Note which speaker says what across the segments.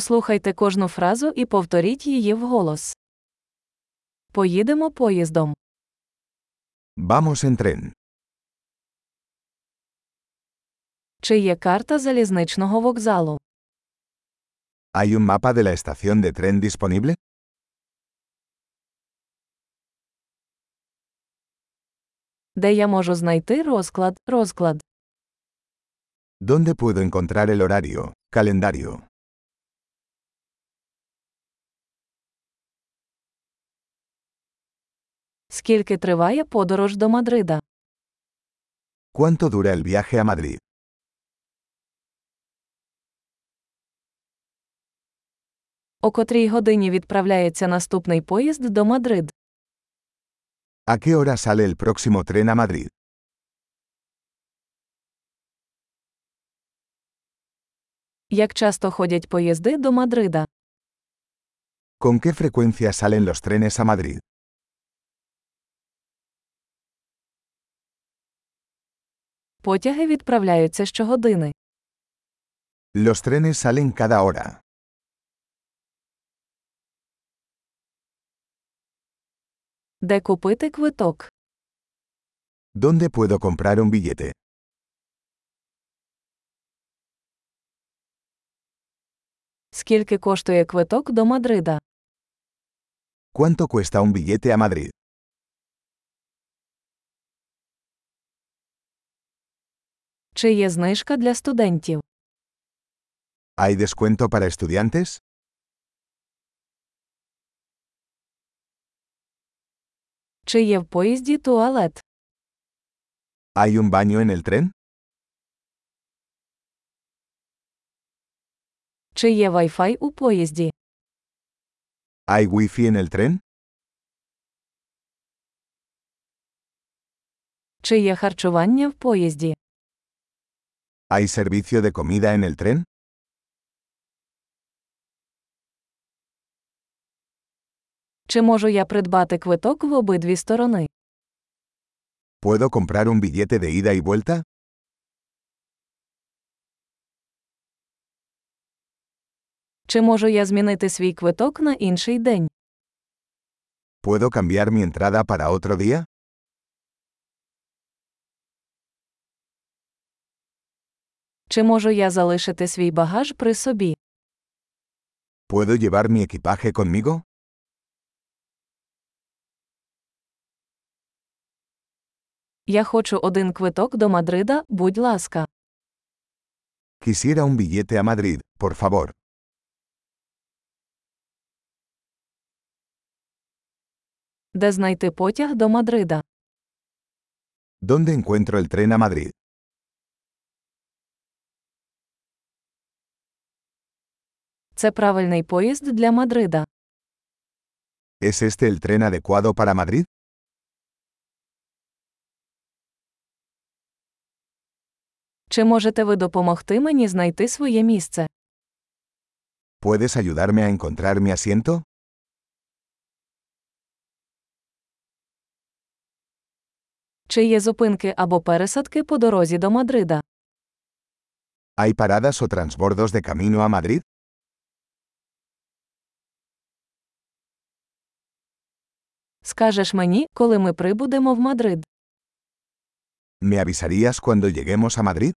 Speaker 1: Послухайте кожну фразу і повторіть її вголос. Поїдемо поїздом.
Speaker 2: Vamos en tren.
Speaker 1: Чи є карта залізничного вокзалу?
Speaker 2: ¿Hay un mapa de la estación de tren disponible?
Speaker 1: Де я можу знайти розклад, розклад?
Speaker 2: ¿Dónde puedo encontrar el horario, calendario?
Speaker 1: Скільки триває подорож до Мадрида?
Speaker 2: ¿Cuánto dura el viaje a Madrid?
Speaker 1: О котрій годині відправляється наступний поїзд до Мадрид?
Speaker 2: ¿A qué hora sale el próximo tren a Madrid?
Speaker 1: Як часто ходять поїзди до Мадрида?
Speaker 2: ¿Con qué frecuencia salen los trenes a Madrid?
Speaker 1: Потяги відправляються щогодини.
Speaker 2: Los trenes salen cada hora.
Speaker 1: Де купити квиток?
Speaker 2: ¿Dónde puedo comprar un billete?
Speaker 1: Скільки коштує квиток до Мадрида?
Speaker 2: ¿Cuánto cuesta un billete a Madrid?
Speaker 1: Чи є знижка для студентів?
Speaker 2: ¿Hay descuento para estudiantes?
Speaker 1: Чи є в поїзді туалет?
Speaker 2: ¿Hay un baño en el tren?
Speaker 1: Чи є Wi-Fi у поїзді?
Speaker 2: ¿Hay wifi en el tren?
Speaker 1: Чи є харчування в поїзді?
Speaker 2: ¿Hay servicio de comida en el tren?
Speaker 1: Чи можу я придбати квиток в обидві сторони?
Speaker 2: ¿Puedo comprar un billete de ida y vuelta?
Speaker 1: Чи можу я змінити свій квиток на інший день?
Speaker 2: ¿Puedo cambiar mi entrada para otro día?
Speaker 1: Чи можу я залишити свій багаж при собі?
Speaker 2: ¿Puedo llevar mi equipaje conmigo?
Speaker 1: Я хочу один квиток до Мадрида, будь ласка.
Speaker 2: Quisiera un billete a Madrid, por favor.
Speaker 1: Де знайти потяг до Мадрида?
Speaker 2: ¿Dónde encuentro el tren a Madrid?
Speaker 1: Це правильний поїзд для Мадрида.
Speaker 2: ¿Es este el tren adecuado para Madrid?
Speaker 1: Чи можете ви допомогти мені знайти своє місце?
Speaker 2: ¿Puedes ayudarme a encontrar mi asiento?
Speaker 1: Чи є зупинки або пересадки по дорозі до Мадрида?
Speaker 2: ¿Hay paradas o transbordos de camino a Madrid?
Speaker 1: Скажеш мені, коли ми прибудемо в Мадрид.
Speaker 2: ¿Me avisarías cuando lleguemos a Madrid?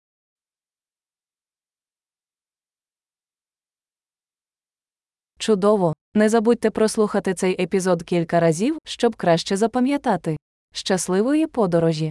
Speaker 1: Чудово! Не забудьте прослухати цей епізод кілька разів, щоб краще запам'ятати. Щасливої подорожі!